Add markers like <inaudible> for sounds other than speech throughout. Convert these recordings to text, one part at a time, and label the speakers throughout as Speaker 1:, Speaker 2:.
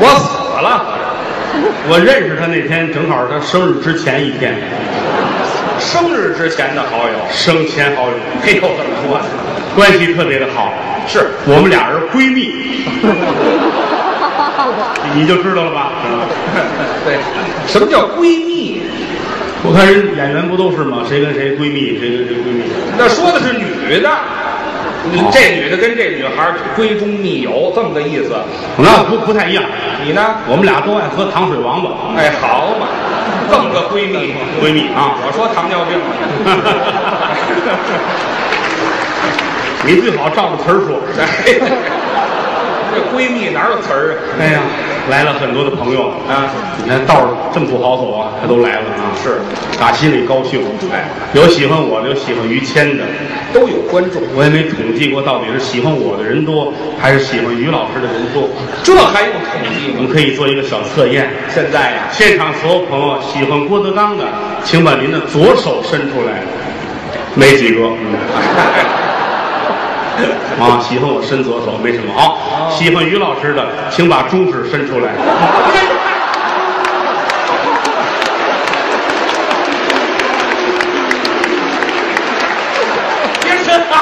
Speaker 1: 我死了。我认识他那天正好他生日之前一天，
Speaker 2: 生日之前的好友
Speaker 1: 生前好友，
Speaker 2: 嘿呦，怎么说呢？
Speaker 1: 关系特别的好。
Speaker 2: 是
Speaker 1: 我们俩人闺蜜，你就知道了吧？
Speaker 2: <laughs> 对，什么叫闺蜜？
Speaker 1: 我看人演员不都是吗？谁跟谁闺蜜，谁跟谁闺蜜？
Speaker 2: 那说的是女的，这女的跟这女孩儿闺中密友，这么个意思。
Speaker 1: 那不不太一样，
Speaker 2: 你呢？
Speaker 1: 我们俩都爱喝糖水王八， <laughs>
Speaker 2: 哎，好嘛，这么个闺蜜，
Speaker 1: 闺蜜啊。
Speaker 2: 我说糖尿 <laughs> 病了。
Speaker 1: 你最好照着词儿说。
Speaker 2: 哎，这闺蜜哪有词儿
Speaker 1: 哎呀，来了很多的朋友
Speaker 2: 啊？啊，
Speaker 1: 你看道儿这么不好走啊，他都来了啊，
Speaker 2: 是，
Speaker 1: 打心里高兴。
Speaker 2: 哎，
Speaker 1: 有喜欢我的，有喜欢于谦的，
Speaker 2: 都有观众，
Speaker 1: 我也没统计过到底是喜欢我的人多，还是喜欢于老师的人多。
Speaker 2: 这还用统计
Speaker 1: 我
Speaker 2: 吗？
Speaker 1: 们可以做一个小测验，
Speaker 2: 现在啊呀，
Speaker 1: 现场所有朋友喜欢郭德纲的，请把您的左手伸出来，没几个。嗯
Speaker 2: <laughs>
Speaker 1: 啊，喜欢我伸左手没什么
Speaker 2: 哦
Speaker 1: 好。喜欢于老师的，请把中指伸出来。
Speaker 2: <laughs> 别伸了，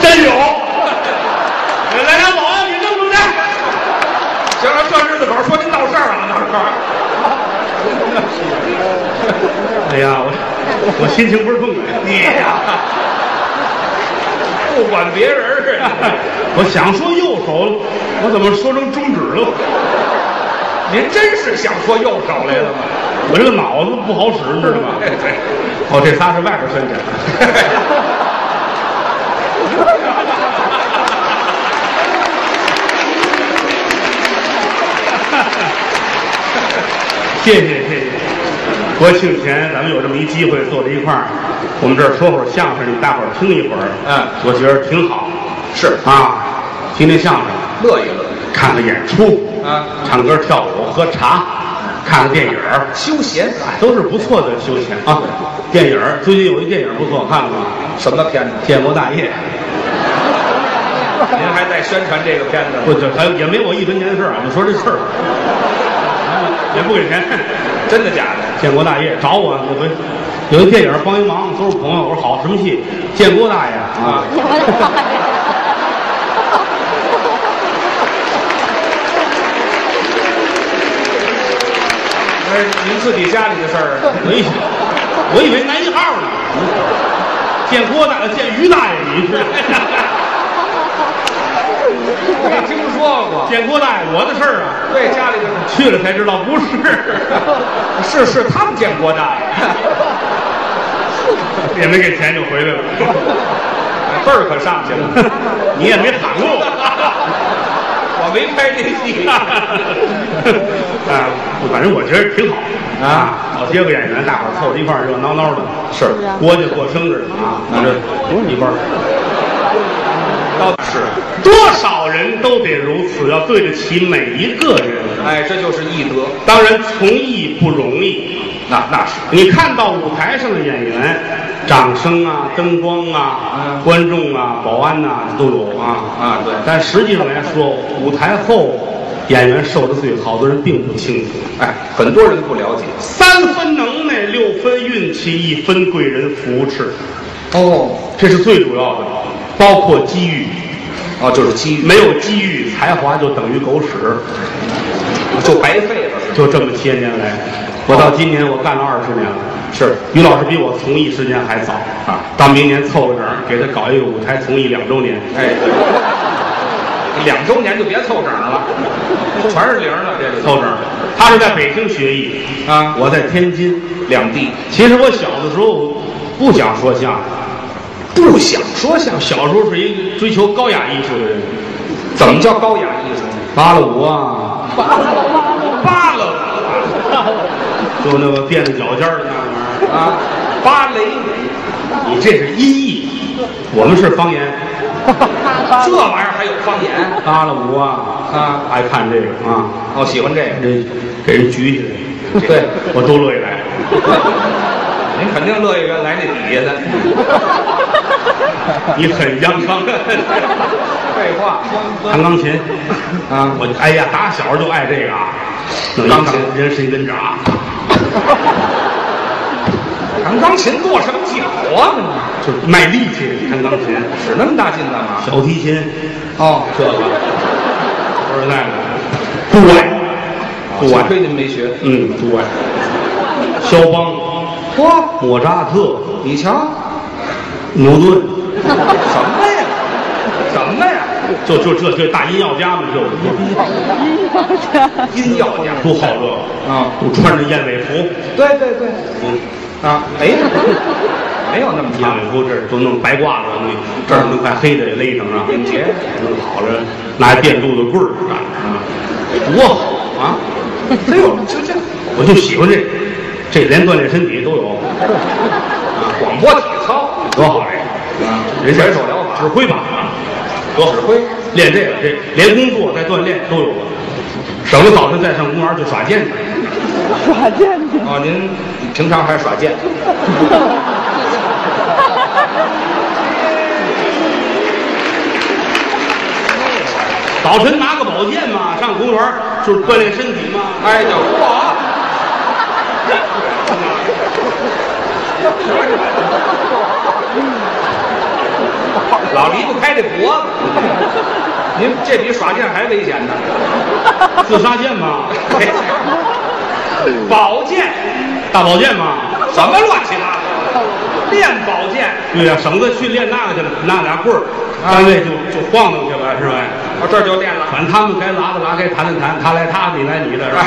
Speaker 1: 真有， <laughs> 来俩保安，你弄弄去。
Speaker 2: 行了，这日子口儿说您闹事儿了，闹事 <laughs> 儿。
Speaker 1: 哎呀，我我心情不是痛啊快，
Speaker 2: 你哎呀，不管别人儿啊，
Speaker 1: 我想说右手，我怎么说成中指了？
Speaker 2: 您真是想说右手来了吗？
Speaker 1: 我这个脑子不好使，你知道吗？
Speaker 2: 对对，
Speaker 1: 哦，这仨是外边伸展。 <laughs> 谢谢谢谢。国庆前咱们有这么一机会坐在一块儿，我们这儿说会儿相声，你大伙儿听一会儿。
Speaker 2: 嗯
Speaker 1: 我觉得挺好
Speaker 2: <laughs> 是
Speaker 1: 啊，听听相声，
Speaker 2: 乐一乐，
Speaker 1: 看看演出，
Speaker 2: 啊
Speaker 1: 唱歌跳舞喝茶，看看电影儿。
Speaker 2: 休闲哎
Speaker 1: 都是不错的休闲啊。电影儿最近有一电影不错，看了吗？
Speaker 2: 什么片子？
Speaker 1: 《建国大业
Speaker 2: 您还在宣传这个片子》
Speaker 1: 不
Speaker 2: 呢？
Speaker 1: 这还也没我一分钱的事儿啊，我说这事儿，也不给钱。
Speaker 2: 真的假的？
Speaker 1: 建国大业找我这回有一电影帮一忙，都是朋友。我说好，什么戏？建国大爷啊，
Speaker 3: 我的妈呀！
Speaker 2: 那是您自己家里的事 <laughs> 儿，啊
Speaker 1: 我一想我以为男一号呢。建郭大爷，建于大爷，你是 <laughs>
Speaker 2: 没听说 <laughs> 过。
Speaker 1: 建郭大爷，我的事儿啊。
Speaker 2: 对，家 <laughs> 里的
Speaker 1: 去了才知道不是，
Speaker 2: 是是他们建国大爷，
Speaker 1: <laughs> 也没给钱就回来了。
Speaker 2: 辈儿可上去了。
Speaker 1: 你也没喊过我。
Speaker 2: <laughs>
Speaker 1: <laughs>
Speaker 2: 我没拍这戏，
Speaker 1: 啊，反正我觉得挺好啊，老些个演员，大伙儿凑一块儿热闹闹的。
Speaker 2: 是 <laughs>
Speaker 1: 郭家过生日啊，我这不是一半儿，
Speaker 2: 倒是，
Speaker 1: 多少人都得如此，要对得起每一个人。
Speaker 2: 哎，这就是艺德，
Speaker 1: 当然，从艺不容易。
Speaker 2: 那那是
Speaker 1: 你看到舞台上的演员，掌声啊、灯光啊、
Speaker 2: 嗯
Speaker 1: 观众啊、保安呐、都有啊
Speaker 2: 啊对
Speaker 1: 但实际上来说，舞台后演员受的罪，好多人并不清楚。
Speaker 2: 哎，很多人不了解
Speaker 1: 三分能耐，六分运气，一分贵人扶持，
Speaker 2: 哦
Speaker 1: 这是最主要的，包括机遇。
Speaker 2: 哦，就是机遇，
Speaker 1: 没有机遇，才华就等于狗屎。
Speaker 2: 就白费了，
Speaker 1: 就这么些年来，我到今年我干了二十年了。
Speaker 2: 是
Speaker 1: 于老师比我从艺时间还早
Speaker 2: 啊，
Speaker 1: 到明年凑个整儿，给他搞一个舞台从艺两周年。
Speaker 2: 哎，两周年就别凑整了，全是零了，这
Speaker 1: 凑整儿，他是在北京学艺，
Speaker 2: 啊
Speaker 1: 我在天津。
Speaker 2: 两地
Speaker 1: 其实我小的时候不想说相声，
Speaker 2: 不想说相声，
Speaker 1: 小时候是一个追求高雅艺术的人，
Speaker 2: 怎么叫高雅艺术呢？
Speaker 1: 芭了舞啊，
Speaker 2: 芭蕾
Speaker 1: 就那个垫着脚尖儿的
Speaker 2: 舞
Speaker 1: 那玩意
Speaker 2: 啊，芭蕾舞。
Speaker 1: 儿，你这是音译，我们是方言。
Speaker 2: 这玩意儿还有方言
Speaker 1: 芭了舞啊，
Speaker 2: 啊！
Speaker 1: 爱看这个啊，
Speaker 2: 哦，喜欢这个， <laughs>
Speaker 1: 这给人举起来，
Speaker 2: 对，
Speaker 1: 我都乐意来。
Speaker 2: 您肯定乐意原来那底下的，
Speaker 1: 你很阳刚，
Speaker 2: 对，话，
Speaker 1: 弹钢琴
Speaker 2: 啊
Speaker 1: 我哎呀，打小就爱这个啊，弄一
Speaker 2: 钢琴
Speaker 1: 人参跟着啊，
Speaker 2: <laughs> 弹钢琴跺什么脚啊？
Speaker 1: 就卖力气弹钢琴，
Speaker 2: 你使那么大劲干嘛？
Speaker 1: 小提琴
Speaker 2: 哦，
Speaker 1: 这个，说实在的，不爱，不
Speaker 2: 我
Speaker 1: 爱，
Speaker 2: 亏您没学。
Speaker 1: 嗯，不爱，肖邦、
Speaker 2: 嚯，
Speaker 1: 莫扎特、
Speaker 2: 你瞧，
Speaker 1: 牛顿，
Speaker 2: 什么呀？什么呀？
Speaker 1: 就就这这大音乐家们就
Speaker 2: 音药家
Speaker 1: 都好这，
Speaker 2: 啊，
Speaker 1: 都穿着燕尾服，
Speaker 2: 对对对，
Speaker 1: 嗯。
Speaker 2: 啊，没有，没有那么
Speaker 1: 燕
Speaker 2: 强。
Speaker 1: 尾服这儿都弄白褂子，弄这儿弄块黑的也勒上啊，
Speaker 2: 便捷
Speaker 1: 弄好了，拿一电柱子棍儿啊，多好啊！
Speaker 2: 哎呦，这这
Speaker 1: 我就喜欢这，这连锻炼身体都有，
Speaker 2: 啊广播体操，
Speaker 1: 多好这
Speaker 2: 啊
Speaker 1: 个！人家
Speaker 2: 甩手疗法
Speaker 1: 指挥吧，啊多好
Speaker 2: 指挥
Speaker 1: 练这个，这连工作带锻炼都有了，省得早晨再上公园去耍剑去。
Speaker 3: 耍剑去，
Speaker 2: 哦，您平常还耍剑？
Speaker 1: 早晨拿个宝剑嘛，上公园就是锻炼身体嘛。
Speaker 2: 哎呀，我老离不开这脖子，您这比耍剑还危险呢。
Speaker 1: 自杀剑嘛，
Speaker 2: 宝剑
Speaker 1: 大宝剑嘛，
Speaker 2: 什么乱七八糟？练宝剑
Speaker 1: 对呀、省得去练那个去了，拿俩棍儿，
Speaker 2: 啊
Speaker 1: 单位就就晃荡去了，是吧？
Speaker 2: 啊，这就练了，
Speaker 1: 反正他们该拉的拉，该谈的谈，他来他，你来你的，是吧？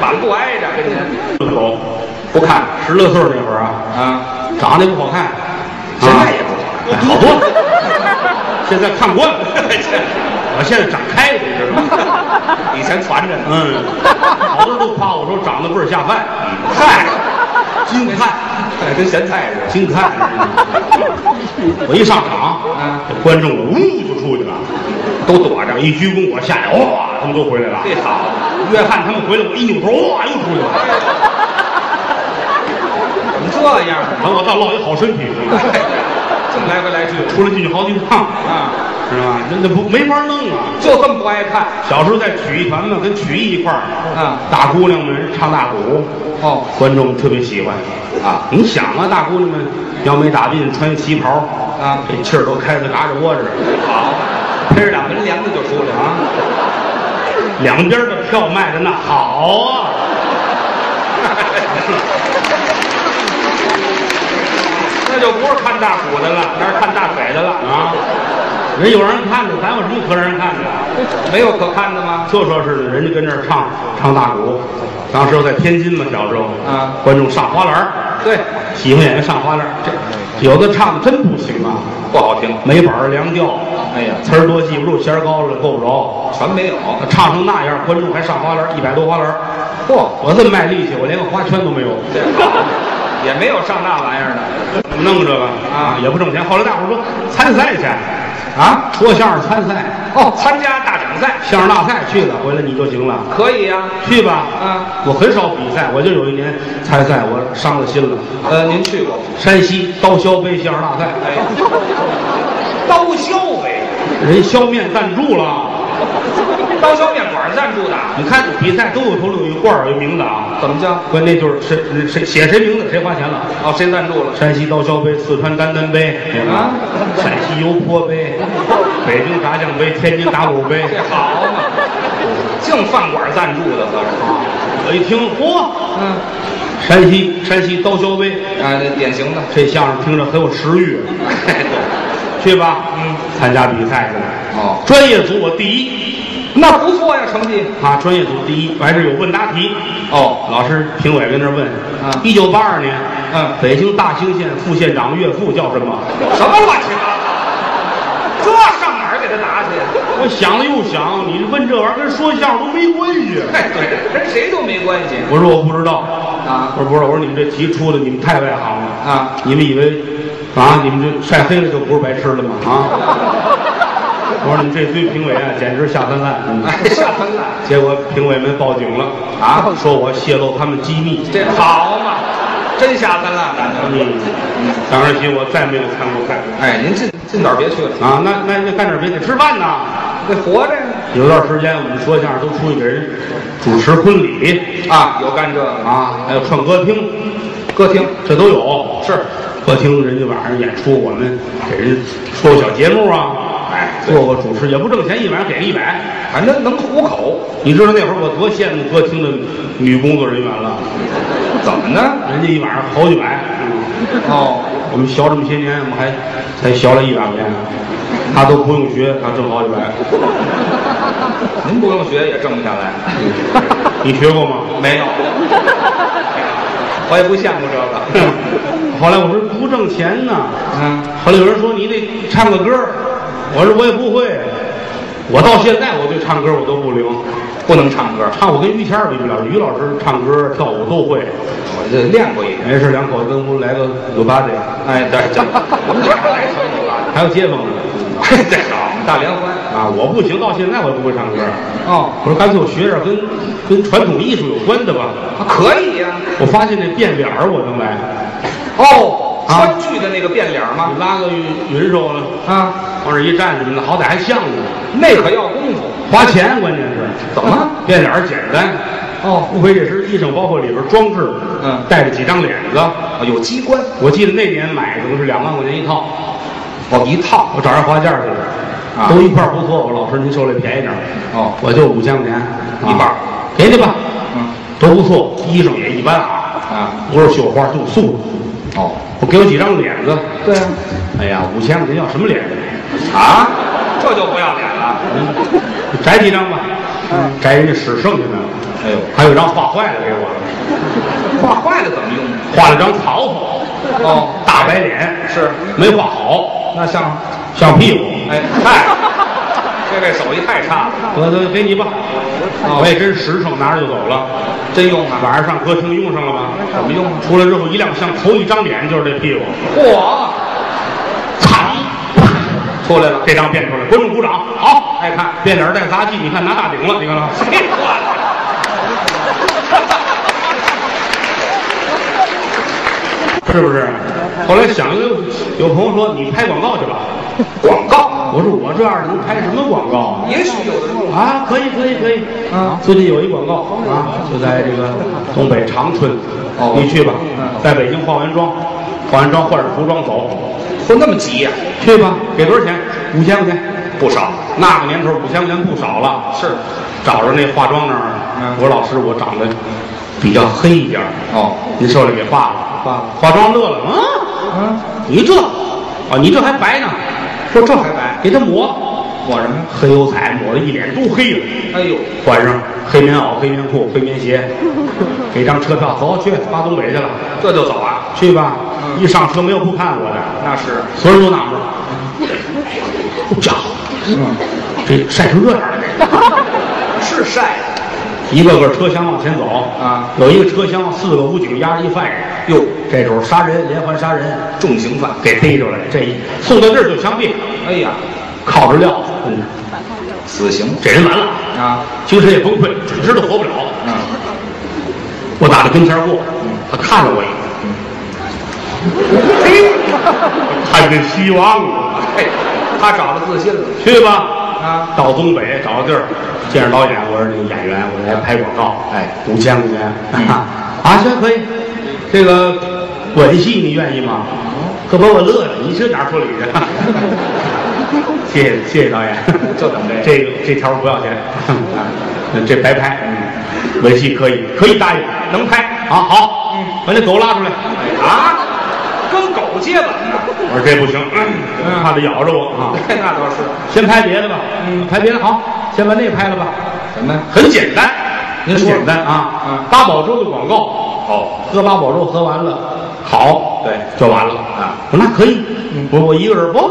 Speaker 2: 板不挨着，啊跟您
Speaker 1: 不 <laughs> 走，
Speaker 2: 不看
Speaker 1: 十来岁那会儿啊，
Speaker 2: 啊。
Speaker 1: 长得也不好看，
Speaker 2: 现在也
Speaker 1: 啊
Speaker 2: 不好看
Speaker 1: 哎好多 <laughs> 了，现在看惯 <laughs> 了，我现在长开了，你知道吗？
Speaker 2: <laughs> 以前传着呢。
Speaker 1: 嗯，好多都夸我说长得倍儿下饭，嗨，金看
Speaker 2: 哎跟咸菜似的。
Speaker 1: 金看，我一上场，
Speaker 2: 嗯
Speaker 1: 这观众呜就出去了，都躲着，一鞠躬我下来，哇，他们都回来了。
Speaker 2: 这好，
Speaker 1: 约翰他们回来，我一扭头，哇，又出去了。
Speaker 2: 怎么这样啊？
Speaker 1: 完，我倒落一好身体，
Speaker 2: 这么来回来去
Speaker 1: 出来进去好几趟，
Speaker 2: 啊，
Speaker 1: 知道吧？那那不没法弄啊。
Speaker 2: 就这么不爱看
Speaker 1: 小时候在曲艺团嘛，跟曲艺一块儿，
Speaker 2: 啊？
Speaker 1: 大姑娘们唱大鼓，
Speaker 2: 哦
Speaker 1: 观众们特别喜欢。
Speaker 2: 啊，
Speaker 1: 你想啊，大姑娘们要没打鬓，穿旗袍
Speaker 2: 啊
Speaker 1: 这气儿都开得嘎着窝着，
Speaker 2: 好，披着俩门帘子就出来啊。
Speaker 1: 两边的票卖的那好 <laughs> 啊。
Speaker 2: 那就不是看大鼓的了，那是看大腿的了。
Speaker 1: 啊，人有人看的，咱有什么可让人看的？
Speaker 2: 没有可看的吗？
Speaker 1: 就说是呢，人家跟这儿唱唱大鼓，当时我在天津嘛，小时候
Speaker 2: 啊
Speaker 1: 观众上花篮儿，
Speaker 2: 对，
Speaker 1: 喜欢演员上花篮儿，这有的唱的真不行啊，
Speaker 2: 不好听。
Speaker 1: 没板儿凉调，
Speaker 2: 哎呀，
Speaker 1: 词儿多记不住，弦儿高了够不着，
Speaker 2: 全没有。
Speaker 1: 唱成那样，观众还上花篮儿，一百多花篮儿，
Speaker 2: 嚯，
Speaker 1: 我这么卖力气，我连个花圈都没有， <laughs>
Speaker 2: 这也没有上那玩意儿的
Speaker 1: 怎么弄这个
Speaker 2: 啊
Speaker 1: 也不挣钱。后来大伙儿说参赛去，
Speaker 2: 啊。
Speaker 1: 说相声参赛，
Speaker 2: 哦，参加大奖赛
Speaker 1: 相声大赛去了，回来你就行了。
Speaker 2: 可以呀、
Speaker 1: 去吧，
Speaker 2: 啊，
Speaker 1: 我很少比赛，我就有一年参赛，我伤了心了。
Speaker 2: 呃，您去过？
Speaker 1: 山西刀削杯相声大赛，
Speaker 2: 哎，刀削呗，
Speaker 1: 人削面赞助了。
Speaker 2: 刀削面馆赞助的，
Speaker 1: 你看比赛都有头有一罐儿有名字啊，
Speaker 2: 怎么叫？
Speaker 1: 关键就是谁谁写谁名字谁花钱了。
Speaker 2: 哦，谁赞助了？
Speaker 1: 山西刀削杯、四川丹丹杯
Speaker 2: 啊
Speaker 1: 陕西油泼杯、北京炸酱杯、天津打卤杯。
Speaker 2: 这好嘛，净饭馆赞助的合着。
Speaker 1: 我一听，嚯，
Speaker 2: 嗯，
Speaker 1: 山西山西刀削杯，
Speaker 2: 啊，这典型的。
Speaker 1: 这相声听着很有食欲， <laughs> 去吧，
Speaker 2: 嗯，
Speaker 1: 参加比赛去了。
Speaker 2: 哦，
Speaker 1: 专业组我第一
Speaker 2: 那不错呀，成绩。
Speaker 1: 啊，专业组第一，完事有问答题，
Speaker 2: 哦，
Speaker 1: 老师评委跟那儿问
Speaker 2: 啊
Speaker 1: 一九八二年，
Speaker 2: 嗯
Speaker 1: 北京大兴县副县长岳父叫什么？
Speaker 2: 什么乱七八糟？这上哪儿给他答去呀？
Speaker 1: 我想了又想，你问这玩意儿跟说相声都没关系。
Speaker 2: 哎，对，跟谁都没关系。
Speaker 1: 我说我不知道
Speaker 2: 啊
Speaker 1: 我说不是，我说你们这题出的你们太外行了
Speaker 2: 啊，
Speaker 1: 你们以为啊你们这晒黑了就不是白痴了吗？啊，我说你们这堆评委啊，简直下三滥。嗯
Speaker 2: 哎，下分了。
Speaker 1: 结果评委们报警了
Speaker 2: 啊 <laughs>
Speaker 1: 说我泄露他们机密。
Speaker 2: 这好嘛，真下三滥了。
Speaker 1: 嗯，当然起我再没有参过菜
Speaker 2: 哎，您尽尽早别去了，
Speaker 1: 啊，那那那干点别的，吃饭呐。
Speaker 2: 这活着呀
Speaker 1: 有段时间我们说相声都出去给人主持婚礼
Speaker 2: 啊，有干这个啊，
Speaker 1: 啊，还有唱歌厅，
Speaker 2: 歌厅
Speaker 1: 这都有。
Speaker 2: 是
Speaker 1: 歌厅人家晚上演出，我们给人说个小节目啊，
Speaker 2: 哎对
Speaker 1: 做个主持也不挣钱，一晚上给一百。
Speaker 2: 反正能糊口，
Speaker 1: 你知道那会儿我多羡慕歌厅的女工作人员了，
Speaker 2: 怎么呢？
Speaker 1: 人家一晚上好几百。嗯
Speaker 2: 哦，
Speaker 1: 我们学这么些年，我们还才学了一百块钱，他都不用学，他挣好几百。
Speaker 2: 您不用学也挣不下来，
Speaker 1: 你学过吗？
Speaker 2: 没有，我也不羡慕这个。
Speaker 1: <laughs> 后来我说不挣钱呢，
Speaker 2: 嗯，
Speaker 1: 后来有人说你得唱个歌儿，我说我也不会，我到现在我对唱歌我都不灵，啊
Speaker 2: 不能唱歌，
Speaker 1: 唱我跟于谦儿比不了，于老师唱歌跳舞都会，
Speaker 2: 我就练过一遍。 <laughs>
Speaker 1: 没事两口子跟屋来个酒吧的，
Speaker 2: 哎，对，这我们俩来成就了。
Speaker 1: <laughs> 还有街坊呢，
Speaker 2: 这好，大联欢。
Speaker 1: 啊，我不行，到现在我也不会唱歌，
Speaker 2: 哦，
Speaker 1: 我说干脆我学点跟跟传统艺术有关的吧，
Speaker 2: 啊可以呀、
Speaker 1: 我发现这变脸儿我能来，
Speaker 2: 哦，
Speaker 1: 啊
Speaker 2: 川剧的那个变脸吗
Speaker 1: 你？拉个云云手了，
Speaker 2: 啊，
Speaker 1: 往这一站，你们好歹还像呢，
Speaker 2: 那可要功夫。
Speaker 1: 花钱嗯关键是
Speaker 2: 怎么？
Speaker 1: 变脸儿简单。
Speaker 2: 哦，
Speaker 1: 无非这身衣裳，包括里边装饰，
Speaker 2: 嗯
Speaker 1: 带着几张脸子。
Speaker 2: 啊有机关。
Speaker 1: 我记得那年买可能是两万块钱一套，
Speaker 2: 哦，一套。
Speaker 1: 我找人花价去了，
Speaker 2: 啊
Speaker 1: 都一块儿不错。我老师您受累便宜点儿，
Speaker 2: 哦，
Speaker 1: 我就五千块钱啊
Speaker 2: 一半儿，
Speaker 1: 给你吧，
Speaker 2: 嗯，
Speaker 1: 都不错，衣裳也一般啊，
Speaker 2: 啊，
Speaker 1: 不是绣花就素。
Speaker 2: 哦，
Speaker 1: 我给我几张脸子，
Speaker 2: 对啊，
Speaker 1: 哎呀，五千块钱要什么脸？
Speaker 2: 啊，这就不要脸了。
Speaker 1: 摘几嗯张吧，嗯摘人家使剩下的了，
Speaker 2: 哎呦
Speaker 1: 还有一张画坏了给我，
Speaker 2: 画坏了怎么用？
Speaker 1: 画了张曹操，
Speaker 2: 哦，
Speaker 1: 大白脸
Speaker 2: 是
Speaker 1: 没画好，
Speaker 2: 那像，
Speaker 1: 像屁股。
Speaker 2: 哎嗨， <laughs> 这位手艺太差了，
Speaker 1: 我都给你吧，
Speaker 2: 哦
Speaker 1: 我也真实诚，拿着就走了。
Speaker 2: 真用啊？
Speaker 1: 晚上上歌厅用上了吧？
Speaker 2: 怎么用啊？
Speaker 1: 出来之后一亮相，头一张脸就是这屁股，
Speaker 2: 嚯，
Speaker 1: 嚓，
Speaker 2: 出来了。
Speaker 1: 这张变出来，观众鼓掌，好，爱看变脸带杂技，你看拿大顶了，你看啊了吗？
Speaker 2: 谁画的？
Speaker 1: <laughs> 是不是？后来想了，有朋友说你拍广告去吧，
Speaker 2: 广告，
Speaker 1: 我说我这样的能拍什么广告啊？
Speaker 2: 也许有的用。
Speaker 1: 啊，可以可以可以。
Speaker 2: 啊
Speaker 1: 最近有一广告啊，就在这个东北长春，
Speaker 2: 哦
Speaker 1: 你去吧，在北京化完妆，化完妆换上服装走，
Speaker 2: 混那么急呀、
Speaker 1: 去吧，给多少钱？五千块钱。
Speaker 2: 不少。
Speaker 1: 那个年头五千块钱不少了。
Speaker 2: 是，
Speaker 1: 找着那化妆那儿，
Speaker 2: 嗯
Speaker 1: 我说老师，我长得比较黑一点儿，
Speaker 2: 哦，
Speaker 1: 您受累给化了。
Speaker 2: 化了
Speaker 1: 化妆乐了，啊，
Speaker 2: 嗯，
Speaker 1: 你这，啊，你这还白呢，
Speaker 2: 说这还白，
Speaker 1: 给他抹
Speaker 2: 我什么呀？
Speaker 1: 黑油彩，抹的一脸都黑了。
Speaker 2: 哎呦，
Speaker 1: 换上黑棉袄、黑棉裤、黑棉鞋，
Speaker 2: <laughs>
Speaker 1: 给张车票，走去发东北去了，
Speaker 2: 这就走啊？
Speaker 1: 去吧。
Speaker 2: 嗯
Speaker 1: 一上车没有不看我的，
Speaker 2: 那是，
Speaker 1: 所有人都纳闷儿，好家伙，
Speaker 2: 嗯，
Speaker 1: 这晒成这样了，
Speaker 2: 是晒的。
Speaker 1: 一个个车厢往前走
Speaker 2: 啊
Speaker 1: 有一个车厢四个武警押着一犯人，
Speaker 2: 哟，
Speaker 1: 这时候杀人连环杀人，
Speaker 2: 重刑犯。
Speaker 1: 给逮着了，这一送到这儿就枪毙，
Speaker 2: 哎呀，
Speaker 1: 铐着镣子，嗯，
Speaker 2: 死刑
Speaker 1: 这人完了，
Speaker 2: 啊！
Speaker 1: 精神也崩溃，准知道活不了。
Speaker 2: 嗯，
Speaker 1: 我打他跟前儿过，他看了我一眼，嘿，看见希望啊了，
Speaker 2: 嘿，他找到自信了
Speaker 1: 去吧，
Speaker 2: 啊
Speaker 1: 到东北找个地儿，见着导演，我说你演员，我来拍广告，
Speaker 2: 哎
Speaker 1: 五千块钱，
Speaker 2: 嗯
Speaker 1: <laughs> 啊，行可以，这个吻戏你愿意吗？
Speaker 2: 嗯
Speaker 1: 可把我乐的，你这哪儿说
Speaker 2: <laughs>
Speaker 1: 理去？谢谢谢谢导演，
Speaker 2: 就等这个嗯
Speaker 1: 这个这条不要钱， <laughs> 这白拍，吻戏可以可以答应，能拍啊好，
Speaker 2: 嗯
Speaker 1: 把那狗拉
Speaker 2: 哎
Speaker 1: 出来，
Speaker 2: 啊，跟狗接吻呢。
Speaker 1: 我说这不行，嗯
Speaker 2: 嗯
Speaker 1: 怕它咬着我啊。
Speaker 2: 那倒是
Speaker 1: 先拍别的吧，拍别的好，先把那拍了吧，
Speaker 2: 什么呀？
Speaker 1: 很简单，
Speaker 2: 您
Speaker 1: 很
Speaker 2: 说
Speaker 1: 简单啊，
Speaker 2: 嗯
Speaker 1: 八宝粥的广告，哦，喝八宝粥喝完了，好，
Speaker 2: 对
Speaker 1: 就完了
Speaker 2: 啊，嗯
Speaker 1: 我说那可以，我我一个人不，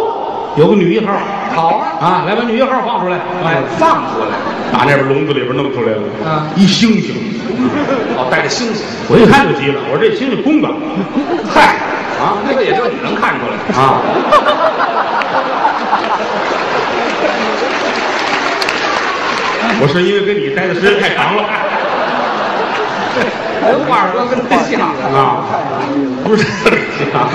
Speaker 1: 有个女一号，
Speaker 2: 好啊，
Speaker 1: 啊，来把女一号放出来，放
Speaker 2: 哎
Speaker 1: 出来，
Speaker 2: 放出来。
Speaker 1: 打那边笼子里边弄出来了，
Speaker 2: 啊
Speaker 1: 一猩猩，
Speaker 2: 哦，带着星星。
Speaker 1: 我一看就急了，我说这猩猩
Speaker 2: <laughs>
Speaker 1: 公的，
Speaker 2: 嗨，啊，那个也就你能看出来。
Speaker 1: <laughs> 啊。我是因为跟你待的时间太长了，
Speaker 2: 人话说跟他像
Speaker 1: 啊， <laughs> 不是 <laughs> 这样，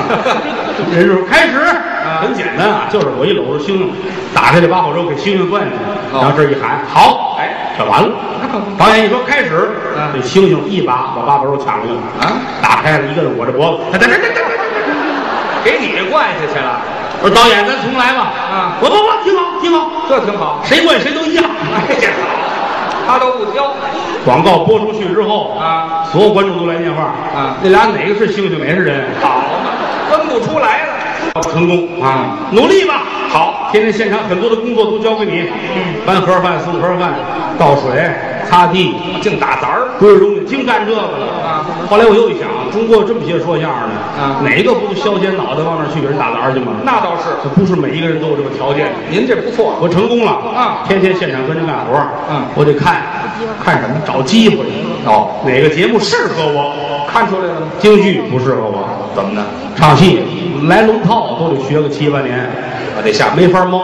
Speaker 1: 人数开始，
Speaker 2: 啊
Speaker 1: 很简单啊，就是我一搂着星星，打开这八宝粥给星星灌进去，
Speaker 2: 哦
Speaker 1: 然后这一喊好，
Speaker 2: 哎
Speaker 1: 这
Speaker 2: <laughs>
Speaker 1: 完了。导演一说开始，这星星一把把八宝粥抢了去
Speaker 2: 啊
Speaker 1: 打开了一个是我
Speaker 2: <laughs>
Speaker 1: 这脖子，哎等等等等等等等，
Speaker 2: 给你灌下去了，
Speaker 1: 我说导演咱重来吧，
Speaker 2: 啊
Speaker 1: 我不不挺好挺好，
Speaker 2: 这挺好。
Speaker 1: 谁灌谁都一样。
Speaker 2: 哎呀，他都不挑，
Speaker 1: 广告播出去之后
Speaker 2: 啊
Speaker 1: 所有观众都来电话
Speaker 2: 啊
Speaker 1: 那俩哪个是星星，哪个是人？
Speaker 2: 好嘛，分不出来了。
Speaker 1: 成功啊！努力吧，好，天天现场很多的工作都交给你，
Speaker 2: 嗯
Speaker 1: 搬盒饭、送盒饭、倒水、擦地，
Speaker 2: 净打杂儿，
Speaker 1: 归拢，净干这个了。
Speaker 2: 啊
Speaker 1: 后来我又一想，中国有这么些说相声的，
Speaker 2: 啊
Speaker 1: 哪个不削尖脑袋往那儿去给人打杂儿去吗？
Speaker 2: 那倒是。
Speaker 1: 这不是每一个人都有这个条件的。
Speaker 2: 您这不错，
Speaker 1: 我成功了
Speaker 2: 啊
Speaker 1: 天天现场跟着干活儿
Speaker 2: 嗯
Speaker 1: 我得看看什么，找机会
Speaker 2: 哦，
Speaker 1: 哪个节目适合我？
Speaker 2: 看出来了吗？
Speaker 1: 京剧不适合我，
Speaker 2: 怎么呢？
Speaker 1: 唱戏来龙套都得学个七八年，
Speaker 2: 我得下
Speaker 1: 没法蒙。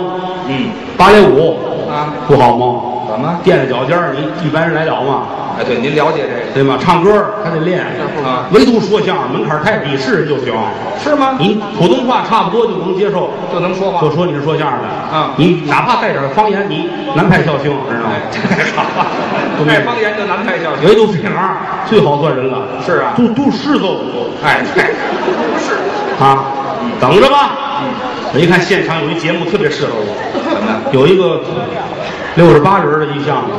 Speaker 2: 嗯，
Speaker 1: 芭蕾舞
Speaker 2: 啊
Speaker 1: 不好蒙，
Speaker 2: 怎么？
Speaker 1: 垫着脚尖儿，你一般人来了吗？
Speaker 2: 哎，对，您了解这
Speaker 1: 对吗？唱歌儿还得练，
Speaker 2: 啊
Speaker 1: 唯独说相声门槛儿太低，是人就行。
Speaker 2: 个是吗？
Speaker 1: 你普通话差不多就能接受，
Speaker 2: 就能说话
Speaker 1: 就说你是说相声的
Speaker 2: 啊
Speaker 1: 你哪怕带点儿方言，你难派笑星，知道吗
Speaker 2: 哎，？这好啊，
Speaker 1: <laughs>
Speaker 2: 爱方言就南派笑行。
Speaker 1: 唯独这行儿最好算人了，
Speaker 2: 是啊
Speaker 1: 都都是都
Speaker 2: 哎，对，不是，
Speaker 1: <laughs> 啊，等着吧。我一看现场有一节目特别适合我，
Speaker 2: 怎么呢？
Speaker 1: 有一个六十八人的一项目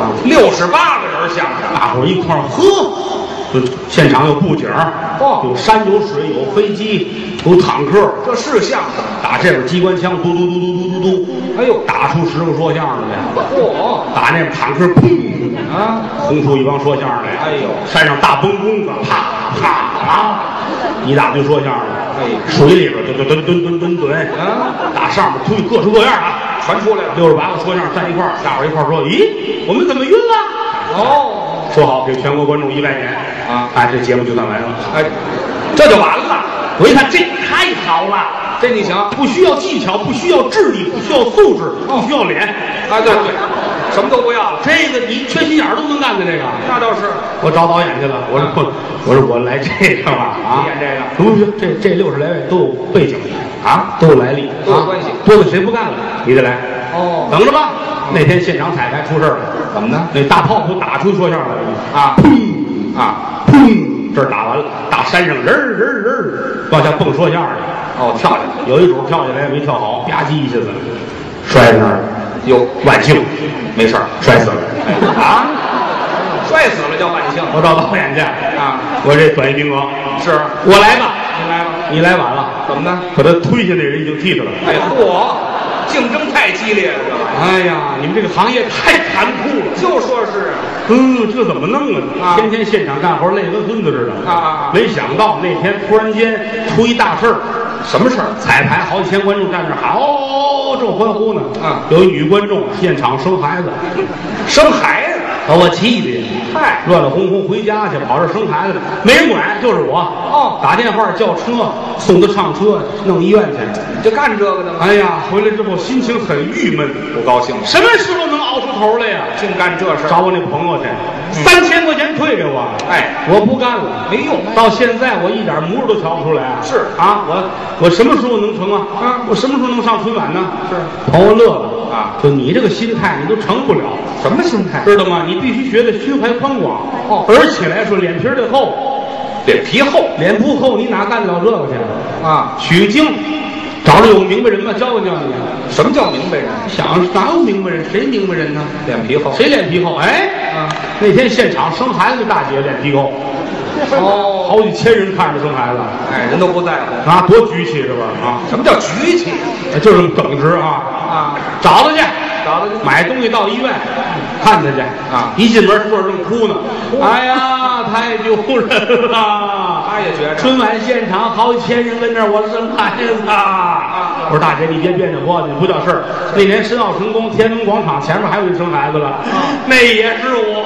Speaker 1: 啊，
Speaker 2: 六十八个人相声，
Speaker 1: 大伙儿一块儿喝，就现场有布景儿，
Speaker 2: 哦
Speaker 1: 有山有水有飞机有坦克，
Speaker 2: 这是相声。
Speaker 1: 打这边机关枪嘟嘟嘟嘟嘟嘟嘟，
Speaker 2: 哎呦，
Speaker 1: 打出十个说相声来，
Speaker 2: 嚯
Speaker 1: 打那边坦克砰，
Speaker 2: 啊！
Speaker 1: 轰出一帮说相声来，
Speaker 2: 哎呦
Speaker 1: 山上大崩弓子，啪啪啊，一大堆说相声的，
Speaker 2: 哎呦
Speaker 1: 水里边蹲蹲蹲蹲蹲蹲蹲，
Speaker 2: 啊，
Speaker 1: 打上面推各式各样的。
Speaker 2: 全出来了。
Speaker 1: 六十八个说相声站一块儿，大伙儿一块儿说：“咦，我们怎么晕了
Speaker 2: 哦，？”
Speaker 1: 说好给全国观众一万元
Speaker 2: 啊
Speaker 1: 哎，这节目就算完了。
Speaker 2: 哎，这就完了，
Speaker 1: 我一看，这太好了，
Speaker 2: 这你行啊？
Speaker 1: 不需要技巧，不需要智力，不需要素质，不需要脸，
Speaker 2: 啊哎对对，什么都不要了。
Speaker 1: 这个你缺心眼儿都能干的这个。
Speaker 2: 那倒是，
Speaker 1: 我找导演去了，我说 <laughs>
Speaker 2: 啊
Speaker 1: 不，我说我来这个吧啊，
Speaker 2: 你演这个
Speaker 1: 不行，这这六十来位都有背景啊，都有来历，
Speaker 2: 都有
Speaker 1: 啊
Speaker 2: 关系
Speaker 1: 多的谁不干了，你得来。
Speaker 2: 哦
Speaker 1: 等着吧，那天现场彩排出事儿了，
Speaker 2: 怎么呢？
Speaker 1: 那大炮不打出说相声来了吗？
Speaker 2: 啊
Speaker 1: 砰
Speaker 2: 啊，
Speaker 1: 砰，这儿打完了，大山上人儿人儿人儿往下蹦说相声去，
Speaker 2: 哦，跳下来，
Speaker 1: 有一主跳下来没跳好，吧唧一下子摔在那儿了，
Speaker 2: 有
Speaker 1: 万幸
Speaker 2: 没事儿
Speaker 1: 摔死了。
Speaker 2: 啊？摔死了叫万幸
Speaker 1: 我找导演去
Speaker 2: 啊
Speaker 1: 我这短一名额
Speaker 2: 是
Speaker 1: 我来吧，
Speaker 2: 您来吧？
Speaker 1: 你来晚了，
Speaker 2: 怎么呢？
Speaker 1: 把他推下那人已经替他了。
Speaker 2: 哎嚯，竞争太激烈了，这玩意
Speaker 1: 哎呀，你们这个行业太残酷了
Speaker 2: 儿。就说是
Speaker 1: 嗯，这怎么弄啊？
Speaker 2: 啊
Speaker 1: 天天现场干活累得跟孙子似的
Speaker 2: 啊啊啊
Speaker 1: 没想到那天突然间出一大事儿，
Speaker 2: 什么事儿？
Speaker 1: 彩排好几千观众站那儿喊哦，正欢呼呢。
Speaker 2: 啊
Speaker 1: 有一女观众现场生孩子，
Speaker 2: 生孩子？
Speaker 1: 把我气的，
Speaker 2: 嗨
Speaker 1: 乱乱哄哄回家去，跑这儿生孩子了，没人管，就是我。
Speaker 2: 哦
Speaker 1: 打电话叫车送她上车，弄医院去。
Speaker 2: 你就干这个的吗？
Speaker 1: 哎呀，回来之后心情很郁闷，
Speaker 2: 不高兴，
Speaker 1: 什么时候能熬出头来呀？
Speaker 2: 净干这事
Speaker 1: 找
Speaker 2: 儿，
Speaker 1: 我那朋友去，三千块钱退给我。
Speaker 2: 哎，
Speaker 1: 我不干了。
Speaker 2: 没用。
Speaker 1: 到现在我一点模样都瞧不出来啊！
Speaker 2: 是
Speaker 1: 啊，我我什么时候能成啊？
Speaker 2: 啊
Speaker 1: 我什么时候能上春晚呢？
Speaker 2: 是
Speaker 1: 朋友乐了
Speaker 2: 啊
Speaker 1: 就你这个心态，你都成不了，
Speaker 2: 什么心态？
Speaker 1: 知道吗？你必须学得胸怀宽广，
Speaker 2: 哦
Speaker 1: 而且来说脸皮儿得厚，
Speaker 2: 脸皮厚
Speaker 1: 脸不厚你哪干得了这个去？
Speaker 2: 啊？
Speaker 1: 取经，找着有明白人吧，教教你。啊
Speaker 2: 什么叫明白人？
Speaker 1: 想哪有明白人？谁明白人呢？
Speaker 2: 脸皮厚
Speaker 1: 谁脸皮厚？哎，
Speaker 2: 啊？
Speaker 1: 那天现场生孩子的大姐脸皮厚，
Speaker 2: 哦，
Speaker 1: 好几千人看着生孩子，
Speaker 2: 哎，人都不在乎。
Speaker 1: 啊，多举起是吧？啊。
Speaker 2: 什么叫局气
Speaker 1: 就这么耿直啊！
Speaker 2: 啊？
Speaker 1: 找他去，
Speaker 2: 找他去
Speaker 1: 买东西到医院看他去
Speaker 2: 啊
Speaker 1: 一进门坐着正哭呢，哎呀，太丢人了！
Speaker 2: 他也觉着
Speaker 1: 春晚现场好几千人跟那儿，我生孩子啊！我说大姐，你别别扭脖子，你不叫事儿。那年申奥成功，天安门广场前面还有一生孩
Speaker 2: 啊
Speaker 1: 子了，那也是我。